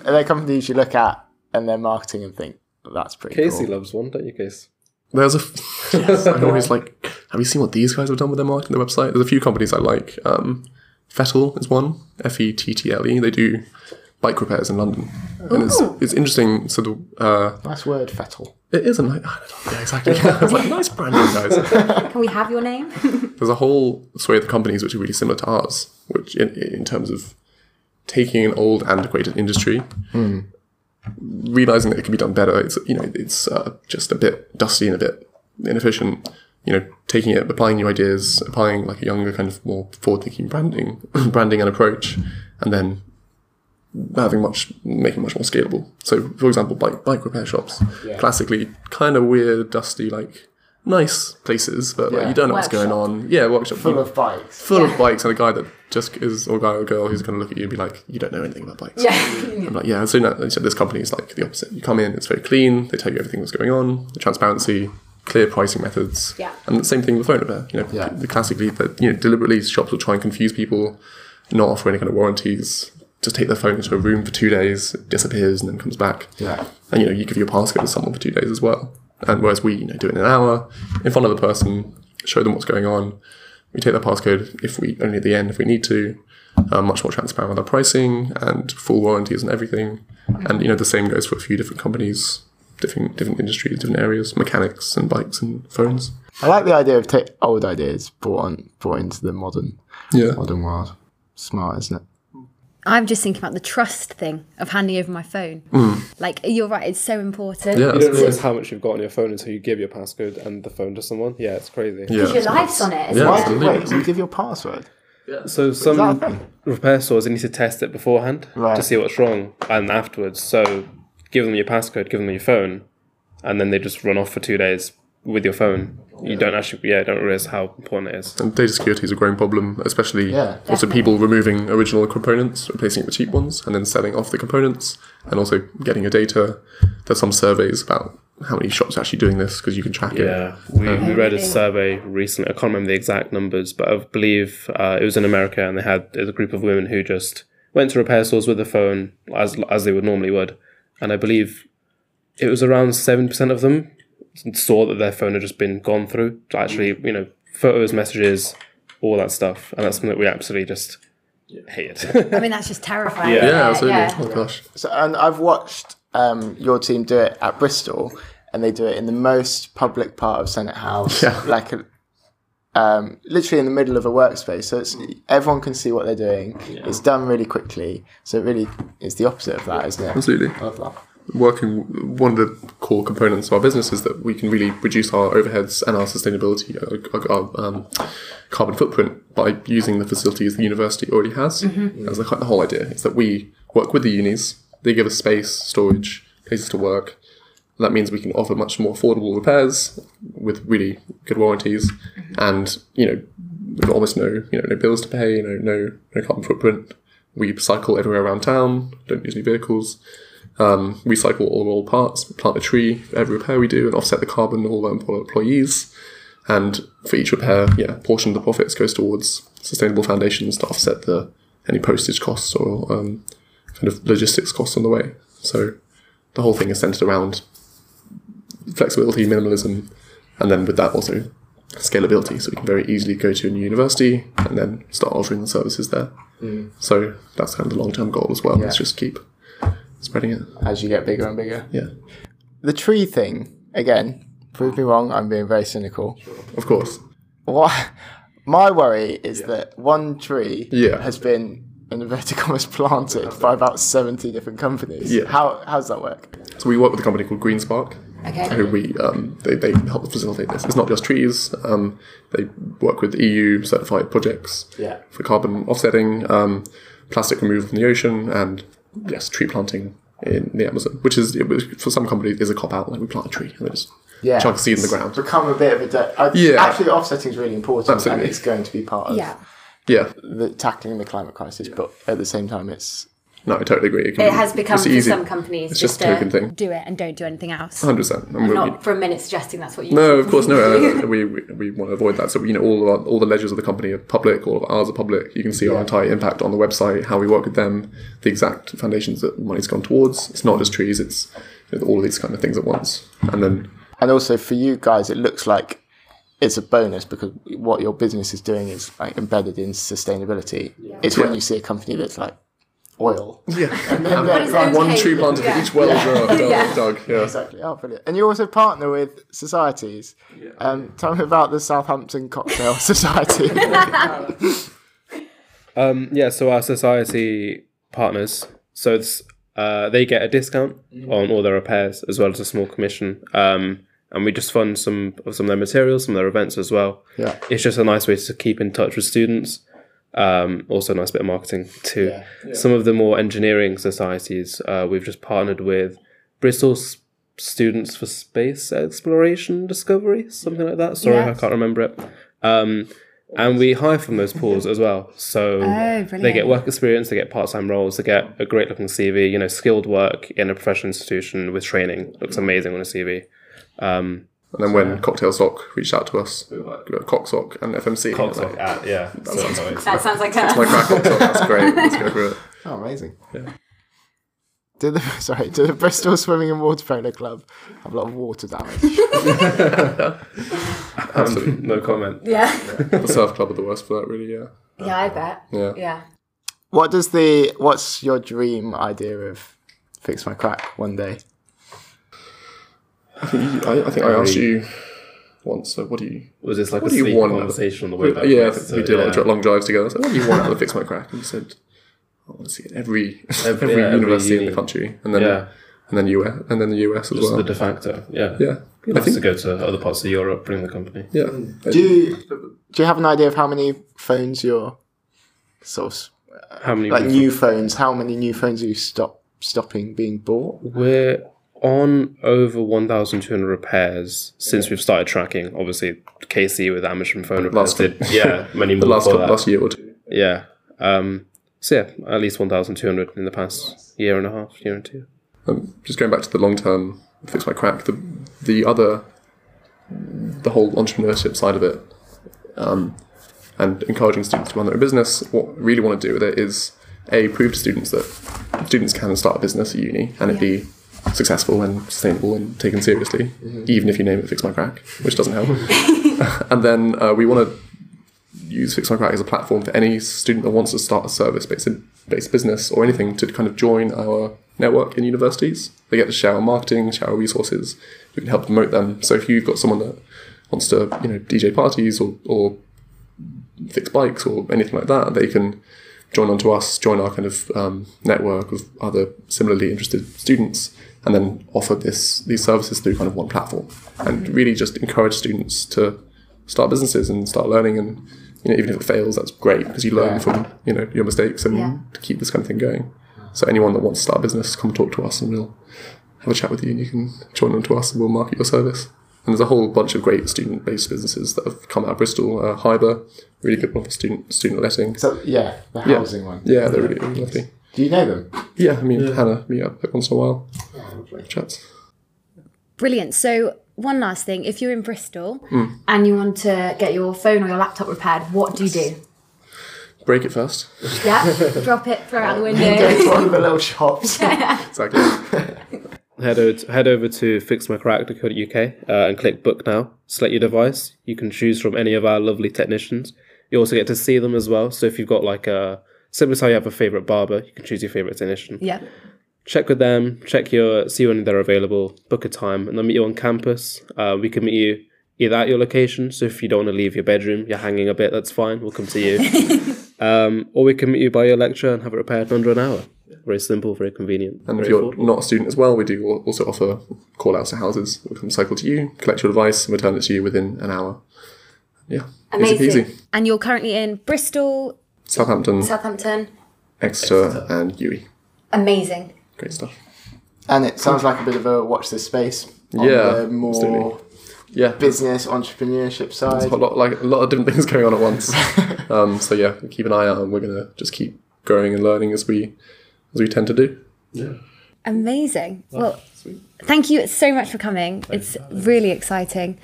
[SPEAKER 2] Are there companies you look at and their marketing and think that's pretty
[SPEAKER 7] Casey
[SPEAKER 2] cool?
[SPEAKER 7] loves one, don't you, Casey?
[SPEAKER 5] There's a. F- I'm always like, have you seen what these guys have done with their marketing, their website? There's a few companies I like. Um, Fettle is one. F E T T L E. They do bike repairs in London, and it's it's interesting. So the uh,
[SPEAKER 2] Nice word, Fettle.
[SPEAKER 5] it is a nice. Yeah, exactly. I was like, nice branding, guys
[SPEAKER 8] can we have your name?
[SPEAKER 5] there's a whole swathe of companies which are really similar to ours, which in, in terms of taking an old antiquated industry, realizing that it can be done better. It's you know it's uh, just a bit dusty and a bit inefficient. You know, taking it, applying new ideas, applying like a younger kind of more forward-thinking branding, branding and approach, and then having much making much more scalable. So, for example, bike bike repair shops, classically kind of weird, dusty, like nice places, but like
[SPEAKER 2] Yeah.
[SPEAKER 5] you don't know what's going
[SPEAKER 8] Workshop.
[SPEAKER 5] on. Yeah, workshop
[SPEAKER 2] Full of bikes.
[SPEAKER 5] full of bikes, and a guy that just is or guy or girl who's going to look at you and be like, you don't know anything about bikes. I'm like, yeah. So, no, so this company is like the opposite. You come in, it's very clean. They tell you everything that's going on, the transparency, clear pricing methods.
[SPEAKER 8] Yeah.
[SPEAKER 5] And the same thing with phone repair. You know,
[SPEAKER 2] Yeah.
[SPEAKER 5] the classically that you know deliberately shops will try and confuse people, not offer any kind of warranties. Just take their phone into a room for two days, it disappears, and then comes back.
[SPEAKER 2] Yeah.
[SPEAKER 5] And you know, you give your passcode to someone for two days as well. And whereas we, you know, do it in an hour in front of the person, show them what's going on. We take their passcode if we only at the end if we need to. Um, much more transparent with our pricing and full warranties and everything. And you know, the same goes for a few different companies, different different industries, different areas, mechanics and bikes and phones.
[SPEAKER 2] I like the idea of take old ideas brought on brought into the modern
[SPEAKER 5] Yeah.
[SPEAKER 2] modern world. Smart, isn't it?
[SPEAKER 8] I'm just thinking about the trust thing of handing over my phone. Like you're right, it's so important.
[SPEAKER 5] Yeah.
[SPEAKER 7] You don't realize how much you've got on your phone until you give your passcode and the phone to someone. Yeah, it's crazy.
[SPEAKER 5] Yeah.
[SPEAKER 8] Your life's on it. Isn't it?
[SPEAKER 5] Yeah.
[SPEAKER 2] Why
[SPEAKER 5] it's
[SPEAKER 2] do
[SPEAKER 5] illegal.
[SPEAKER 2] wait, you give your password?
[SPEAKER 7] So
[SPEAKER 2] that a
[SPEAKER 7] some
[SPEAKER 2] thing?
[SPEAKER 7] repair stores they need to test it beforehand
[SPEAKER 2] Right.
[SPEAKER 7] to see what's wrong, and afterwards. So give them your passcode, give them your phone, and then they just run off for two days with your phone. You don't actually, yeah, don't realize how important it is.
[SPEAKER 5] And data security is a growing problem, especially
[SPEAKER 2] Yeah.
[SPEAKER 5] also people removing original components, replacing it with cheap ones, and then selling off the components, and also getting your data. There's some surveys about how many shops are actually doing this because you can track it.
[SPEAKER 7] Yeah, we, we read a survey recently. I can't remember the exact numbers, but I believe uh, it was in America, and they had a group of women who just went to repair stores with a phone as as they would normally would, and I believe it was around seven percent of them saw that their phone had just been gone through. Actually, you know, photos, messages, all that stuff, and that's something that we absolutely just hated.
[SPEAKER 8] I mean, that's just terrifying.
[SPEAKER 7] Yeah.
[SPEAKER 5] Yeah, absolutely.
[SPEAKER 8] yeah.
[SPEAKER 5] Oh gosh.
[SPEAKER 2] So, and I've watched um, your team do it at Bristol, and they do it in the most public part of Senate House,
[SPEAKER 5] Yeah.
[SPEAKER 2] like a, um, literally in the middle of a workspace. So it's everyone can see what they're doing. It's done really quickly. So it really is the opposite of that, isn't it?
[SPEAKER 5] Absolutely.
[SPEAKER 2] Love that.
[SPEAKER 5] working one of the core components of our business is that we can really reduce our overheads and our sustainability our, our um, carbon footprint by using the facilities the university already has that's the, the whole idea is that we work with the unis they give us space storage places to work that means we can offer much more affordable repairs with really good warranties and you know with almost no you know no bills to pay no no, no carbon footprint we cycle everywhere around town don't use any vehicles um, recycle all the old parts, plant a tree for every repair we do, and offset the carbon all of our employees. And for each repair, yeah, a portion of the profits goes towards sustainable foundations to offset the any postage costs or um, kind of logistics costs on the way. So the whole thing is centered around flexibility, minimalism, and then with that also scalability. So we can very easily go to a new university and then start offering the services there. So that's kind of the long term goal as well. Let's just keep spreading it.
[SPEAKER 2] As you get bigger and bigger,
[SPEAKER 5] Yeah,
[SPEAKER 2] the tree thing again. Prove me wrong. I'm being very cynical.
[SPEAKER 5] of course.
[SPEAKER 2] What my worry is that one tree
[SPEAKER 5] Yeah.
[SPEAKER 2] has been in inverted commas planted by about seventy different companies.
[SPEAKER 5] Yeah.
[SPEAKER 2] How how does that work?
[SPEAKER 5] So we work with a company called GreenSpark,
[SPEAKER 8] Okay.
[SPEAKER 5] who we um, they, they help facilitate this. It's not just trees. Um, they work with EU certified projects
[SPEAKER 2] Yeah.
[SPEAKER 5] for carbon offsetting, um, plastic removal from the ocean, and yes, tree planting in the Amazon, which is it was- for some companies is a cop out. Like we plant a tree and they just
[SPEAKER 2] Yeah.
[SPEAKER 5] chuck seed in the ground.
[SPEAKER 2] Become a bit of a de- I-
[SPEAKER 5] Yeah.
[SPEAKER 2] Actually, offsetting is really important,
[SPEAKER 5] Absolutely.
[SPEAKER 2] and it's going to be part of
[SPEAKER 8] Yeah.
[SPEAKER 5] Yeah,
[SPEAKER 2] the, tackling the climate crisis. But at the same time, it's
[SPEAKER 5] no, I totally agree. can
[SPEAKER 9] It
[SPEAKER 5] be-
[SPEAKER 9] has become
[SPEAKER 5] it's
[SPEAKER 9] for
[SPEAKER 5] easy.
[SPEAKER 9] some companies
[SPEAKER 5] It's just,
[SPEAKER 9] just
[SPEAKER 5] a
[SPEAKER 9] a-
[SPEAKER 5] token thing.
[SPEAKER 8] Do it and don't do anything else.
[SPEAKER 5] Hundred percent. And we'll,
[SPEAKER 9] Not for a minute suggesting that's what you
[SPEAKER 5] Oh, No, of course, no. uh, we, we we want to avoid that. So you know, all of our, all the ledgers of the company are public. All of ours are public. You can see our entire impact on the website, how we work with them, the exact foundations that money's gone towards. It's not just trees. It's you know, all these kind of things at once. And then
[SPEAKER 2] and also for you guys, it looks like it's a bonus because what your business is doing is like embedded in sustainability. It's when you see a company that's like oil.
[SPEAKER 5] yeah, one tree planted for each well dug, dug, dug. Yeah.
[SPEAKER 2] Exactly. Oh, brilliant. And you also partner with societies. Um, tell me about the Southampton Cocktail Society. Oh,
[SPEAKER 7] Um, yeah, so our society partners, so it's, uh, they get a discount on all their repairs as well as a small commission. Um, and we just fund some of some of their materials, some of their events as well.
[SPEAKER 2] Yeah.
[SPEAKER 7] It's just a nice way to keep in touch with students. Um, also, a nice bit of marketing too. Some of the more engineering societies, uh, we've just partnered with Bristol's Students for Space Exploration Discovery, something like that. Sorry, I
[SPEAKER 8] Yes.
[SPEAKER 7] can't remember it. Um, and we hire from those pools as well. So they get
[SPEAKER 8] brilliant.
[SPEAKER 7] work experience, they get part time roles, they get a great looking CV, you know, skilled work in a professional institution with training. Looks amazing on a CV. Um,
[SPEAKER 5] And then when Cocktail Sock reached out to us, we were like, Cocksock and FMC. Cocksock. Like,
[SPEAKER 7] uh, yeah.
[SPEAKER 9] That sounds like a
[SPEAKER 5] my crack Cocksock, that's great. Let's go for it.
[SPEAKER 2] Oh, amazing. Did the sorry? Did the Bristol Swimming and Water Polo Club have a lot of water damage?
[SPEAKER 5] Absolutely.
[SPEAKER 7] Um, no comment.
[SPEAKER 5] the Surf Club are the worst for that, really. Yeah.
[SPEAKER 9] yeah, I bet.
[SPEAKER 5] Yeah.
[SPEAKER 9] Yeah.
[SPEAKER 2] what does the What's your dream idea of fix my crack one day?
[SPEAKER 5] I, I think I asked you once. So what do you?
[SPEAKER 7] Was this like
[SPEAKER 5] What
[SPEAKER 7] a
[SPEAKER 5] do you
[SPEAKER 7] sleep
[SPEAKER 5] want?
[SPEAKER 7] conversation on the way
[SPEAKER 5] We,
[SPEAKER 7] back?
[SPEAKER 5] yeah, I
[SPEAKER 7] right?
[SPEAKER 5] think
[SPEAKER 7] So,
[SPEAKER 5] we did a lot
[SPEAKER 7] yeah.
[SPEAKER 5] of long drives together. So what do you want out of Fix My Crack? And he said, I want to see it every every
[SPEAKER 7] yeah, every
[SPEAKER 5] university in
[SPEAKER 7] uni.
[SPEAKER 5] the country, and then
[SPEAKER 7] Yeah.
[SPEAKER 5] and then US and then the US as
[SPEAKER 7] Just
[SPEAKER 5] well.
[SPEAKER 7] the de facto. Yeah. It'd
[SPEAKER 5] yeah,
[SPEAKER 7] be
[SPEAKER 5] I
[SPEAKER 7] nice to
[SPEAKER 5] think
[SPEAKER 7] go to other parts of Europe, bring the company.
[SPEAKER 5] yeah.
[SPEAKER 2] Do you, do you have an idea of how many phones you're sort of
[SPEAKER 7] How many?
[SPEAKER 2] like
[SPEAKER 7] we've-
[SPEAKER 2] new phones? How many new phones are you stop stopping being bought?
[SPEAKER 7] We're on over 1,200 repairs since we've started tracking. Obviously, KC with Amersham phone repairs
[SPEAKER 5] Last
[SPEAKER 7] did,
[SPEAKER 5] one.
[SPEAKER 7] yeah, many
[SPEAKER 5] the
[SPEAKER 7] more
[SPEAKER 5] last
[SPEAKER 7] before that.
[SPEAKER 5] last year or two.
[SPEAKER 7] Yeah. Um, so yeah, at least 1,200 in the past year and a half, year and two.
[SPEAKER 5] Um, just going back to the long term fix my crack. The the other the whole entrepreneurship side of it, um, and encouraging students to run their own business. What we really want to do with it is a prove to students that students can start a business at uni and it be successful and sustainable and taken seriously, even if you name it fix my crack, which doesn't help. and then uh, we want to use Fix My Crack as a platform for any student that wants to start a service based, based business or anything to kind of join our network in universities. They get to share our marketing, share our resources. We can help promote them. So if you've got someone that wants to, you know, DJ parties or, or fix bikes or anything like that, they can join onto us, join our kind of um, network of other similarly interested students, and then offer this these services through kind of one platform, and really just encourage students to start businesses and start learning. And you know, even if it fails, that's great because you learn from you know your mistakes and keep this kind of thing going. So anyone that wants to start a business, come talk to us, and we'll have a chat with you, and you can join onto us, and we'll market your service. And there's a whole bunch of great student-based businesses that have come out of Bristol. Uh, Hyber, really good one for student student letting.
[SPEAKER 2] So yeah, the
[SPEAKER 5] Yeah.
[SPEAKER 2] housing one.
[SPEAKER 5] Yeah, they're really lovely.
[SPEAKER 2] Do you know them?
[SPEAKER 5] Yeah, I mean, Hannah, meet up like once in a while. Chats.
[SPEAKER 8] Brilliant. So, one last thing if you're in Bristol,
[SPEAKER 5] Hmm.
[SPEAKER 9] And you want to get your phone or your laptop repaired, what do you do?
[SPEAKER 5] Break it first.
[SPEAKER 9] Yeah, drop it, throw it out the window.
[SPEAKER 2] It's one of the little shops.
[SPEAKER 5] Exactly.
[SPEAKER 7] Head over to, head over to fixmycharacter.co.uk uh, and click book now. Select your device. You can choose from any of our lovely technicians. You also get to see them as well. So if you've got like a similar to how you have a favorite barber, you can choose your favorite technician.
[SPEAKER 8] yeah.
[SPEAKER 7] check with them, check your see when they're available, book a time, and they'll meet you on campus. Uh, we can meet you either at your location. So if you don't want to leave your bedroom, you're hanging a bit, that's fine. We'll come to you. um, or we can meet you by your lecture and have it repaired in under an hour. Very simple, very convenient.
[SPEAKER 5] And if
[SPEAKER 7] very
[SPEAKER 5] you're
[SPEAKER 7] affordable.
[SPEAKER 5] not a student as well, we do al- also offer call outs to houses. We'll come cycle to you, collect your device, and return it to you within an hour. Yeah. Easy
[SPEAKER 9] Amazing.
[SPEAKER 5] peasy.
[SPEAKER 8] And you're currently in Bristol.
[SPEAKER 5] Southampton,
[SPEAKER 9] Southampton,
[SPEAKER 5] Exeter, and Uwe.
[SPEAKER 9] amazing.
[SPEAKER 5] Great stuff.
[SPEAKER 2] and it sounds like a bit of a watch this space. On
[SPEAKER 5] Yeah,
[SPEAKER 2] the more
[SPEAKER 5] absolutely. Yeah.
[SPEAKER 2] business entrepreneurship side.
[SPEAKER 5] a lot like a lot of different things going on at once. um, so yeah, keep an eye out, and we're gonna just keep growing and learning as we as we tend to do.
[SPEAKER 8] Amazing.
[SPEAKER 5] Oh,
[SPEAKER 8] Well, thank you so much for coming. it's really exciting.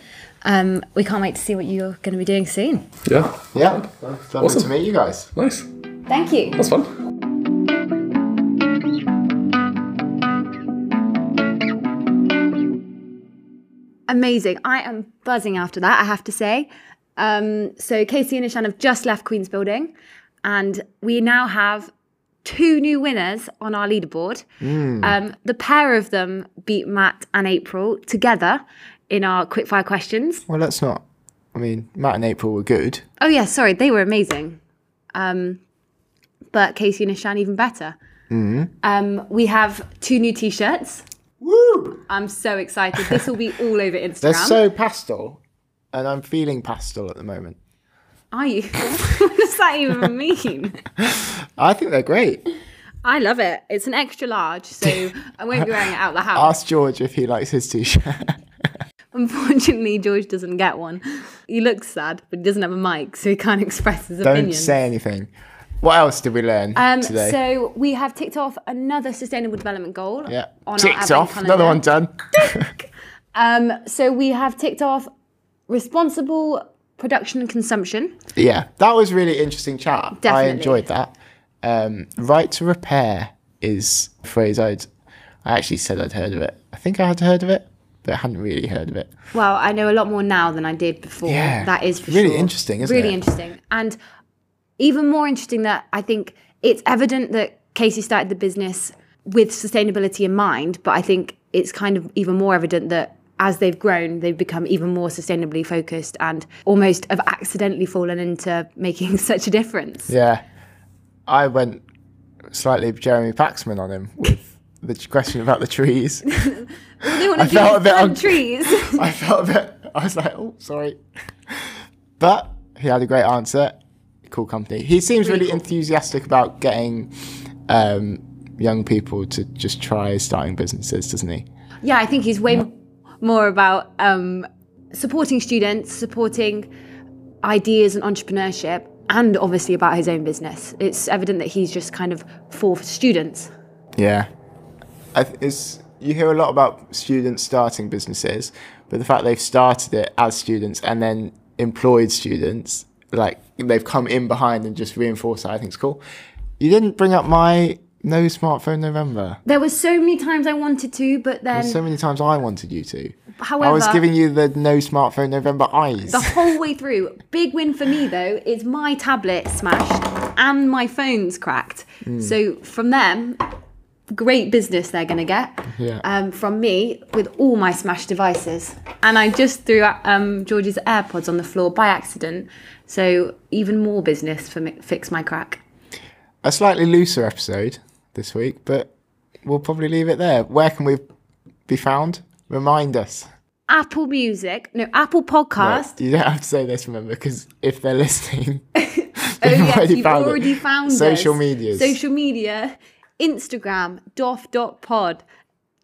[SPEAKER 8] Um, we can't wait to see what you're going to be doing soon.
[SPEAKER 5] Yeah,
[SPEAKER 2] yeah, lovely to
[SPEAKER 5] Awesome.
[SPEAKER 2] meet you guys.
[SPEAKER 5] nice.
[SPEAKER 8] Thank you.
[SPEAKER 5] That's fun.
[SPEAKER 3] Amazing. I am buzzing after that, I have to say. Um, so Casey and Ishan have just left Queen's Building, and we now have two new winners on our leaderboard.
[SPEAKER 2] Hmm.
[SPEAKER 3] Um, the pair of them beat Matt and April together in our quickfire questions.
[SPEAKER 2] Well, let's not. I mean, Matt and April were good.
[SPEAKER 3] Oh, yeah, sorry, they were amazing. Um, but Casey and Ishan even better.
[SPEAKER 2] Hmm.
[SPEAKER 3] Um, we have two new t shirts. Woo! I'm so excited. This will be all over Instagram.
[SPEAKER 2] They're so pastel, and I'm feeling pastel at the moment.
[SPEAKER 3] Are you? what does that even mean?
[SPEAKER 2] I think they're great.
[SPEAKER 3] I love it. It's an extra large, so I won't be wearing it out the house.
[SPEAKER 2] Ask George if he likes his t-shirt.
[SPEAKER 3] Unfortunately, George doesn't get one. He looks sad, but he doesn't have a mic, so he can't express his
[SPEAKER 2] Don't
[SPEAKER 3] opinion.
[SPEAKER 2] say anything. What else did we learn
[SPEAKER 3] um,
[SPEAKER 2] today?
[SPEAKER 3] so we have ticked off another sustainable development goal.
[SPEAKER 2] yeah,
[SPEAKER 3] on our
[SPEAKER 2] ticked
[SPEAKER 3] advent
[SPEAKER 2] off.
[SPEAKER 3] calendar.
[SPEAKER 2] Another one done.
[SPEAKER 3] Um, so we have ticked off responsible production and consumption.
[SPEAKER 2] Yeah, that was really interesting chat. I
[SPEAKER 3] Definitely.
[SPEAKER 2] enjoyed that. Um, right to repair is a phrase I'd. I actually said I'd heard of it. I think I had heard of it, but I hadn't really heard of it.
[SPEAKER 3] Well, I know a lot more now than I did before.
[SPEAKER 2] Yeah.
[SPEAKER 3] That is for
[SPEAKER 2] Really
[SPEAKER 3] sure.
[SPEAKER 2] interesting, isn't
[SPEAKER 3] really
[SPEAKER 2] it?
[SPEAKER 3] interesting. And even more interesting that I think it's evident that Casey started the business with sustainability in mind, but I think it's kind of even more evident that as they've grown, they've become even more sustainably focused and almost have accidentally fallen into making such a difference.
[SPEAKER 2] Yeah. I went slightly Jeremy Paxman on him with the question about the trees.
[SPEAKER 3] They want to
[SPEAKER 2] I felt a
[SPEAKER 3] do
[SPEAKER 2] bit
[SPEAKER 3] plant
[SPEAKER 2] un-
[SPEAKER 3] trees.
[SPEAKER 2] I felt a bit, I was like, oh, sorry. But he had a great answer. Cool company. He seems really, enthusiastic about getting um, young people to just try starting businesses, doesn't he?
[SPEAKER 3] yeah, I think he's way more about um, supporting students, supporting ideas and entrepreneurship, and obviously about his own business. It's evident that he's just kind of for students.
[SPEAKER 2] Yeah. I th- it's, you hear a lot about students starting businesses, but the fact they've started it as students and then employed students, like they've come in behind and just reinforced that, I think is cool. You didn't bring up my no smartphone November.
[SPEAKER 8] There were so many times I wanted to, but then
[SPEAKER 2] There's so many times I wanted you to.
[SPEAKER 3] However,
[SPEAKER 2] I was giving you the no smartphone November eyes.
[SPEAKER 3] the whole way through. Big win for me though is my tablet smashed and my phone's cracked. So from them, great business they're going to get
[SPEAKER 2] Yeah.
[SPEAKER 3] um, from me with all my smashed devices. And I just threw um, George's AirPods on the floor by accident. So even more business for mi- fix my crack.
[SPEAKER 2] A slightly looser episode this week, but we'll probably leave it there. Where can we be found? Remind us.
[SPEAKER 3] Apple Music, no Apple Podcast.
[SPEAKER 2] You don't have to say this, remember, because if they're listening,
[SPEAKER 3] Oh
[SPEAKER 2] You've
[SPEAKER 3] yes,
[SPEAKER 2] already
[SPEAKER 3] you've
[SPEAKER 2] found it.
[SPEAKER 3] already found us.
[SPEAKER 2] Social medias.
[SPEAKER 3] Social media, Instagram, doff.pod,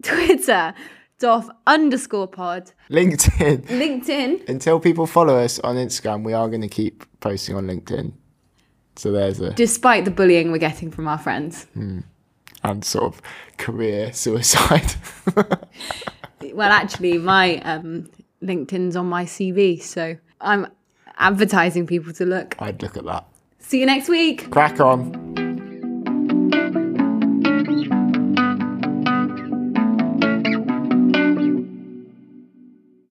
[SPEAKER 3] Twitter, doff underscore pod,
[SPEAKER 2] LinkedIn.
[SPEAKER 3] LinkedIn.
[SPEAKER 2] Until people follow us on Instagram, we are going to keep posting on LinkedIn. So there's a
[SPEAKER 3] Despite the bullying we're getting from our friends.
[SPEAKER 2] and sort of career suicide.
[SPEAKER 3] Well, actually, my um, LinkedIn's on my CV, so I'm advertising people to look.
[SPEAKER 2] I'd look at that.
[SPEAKER 3] See you next week.
[SPEAKER 2] Crack on.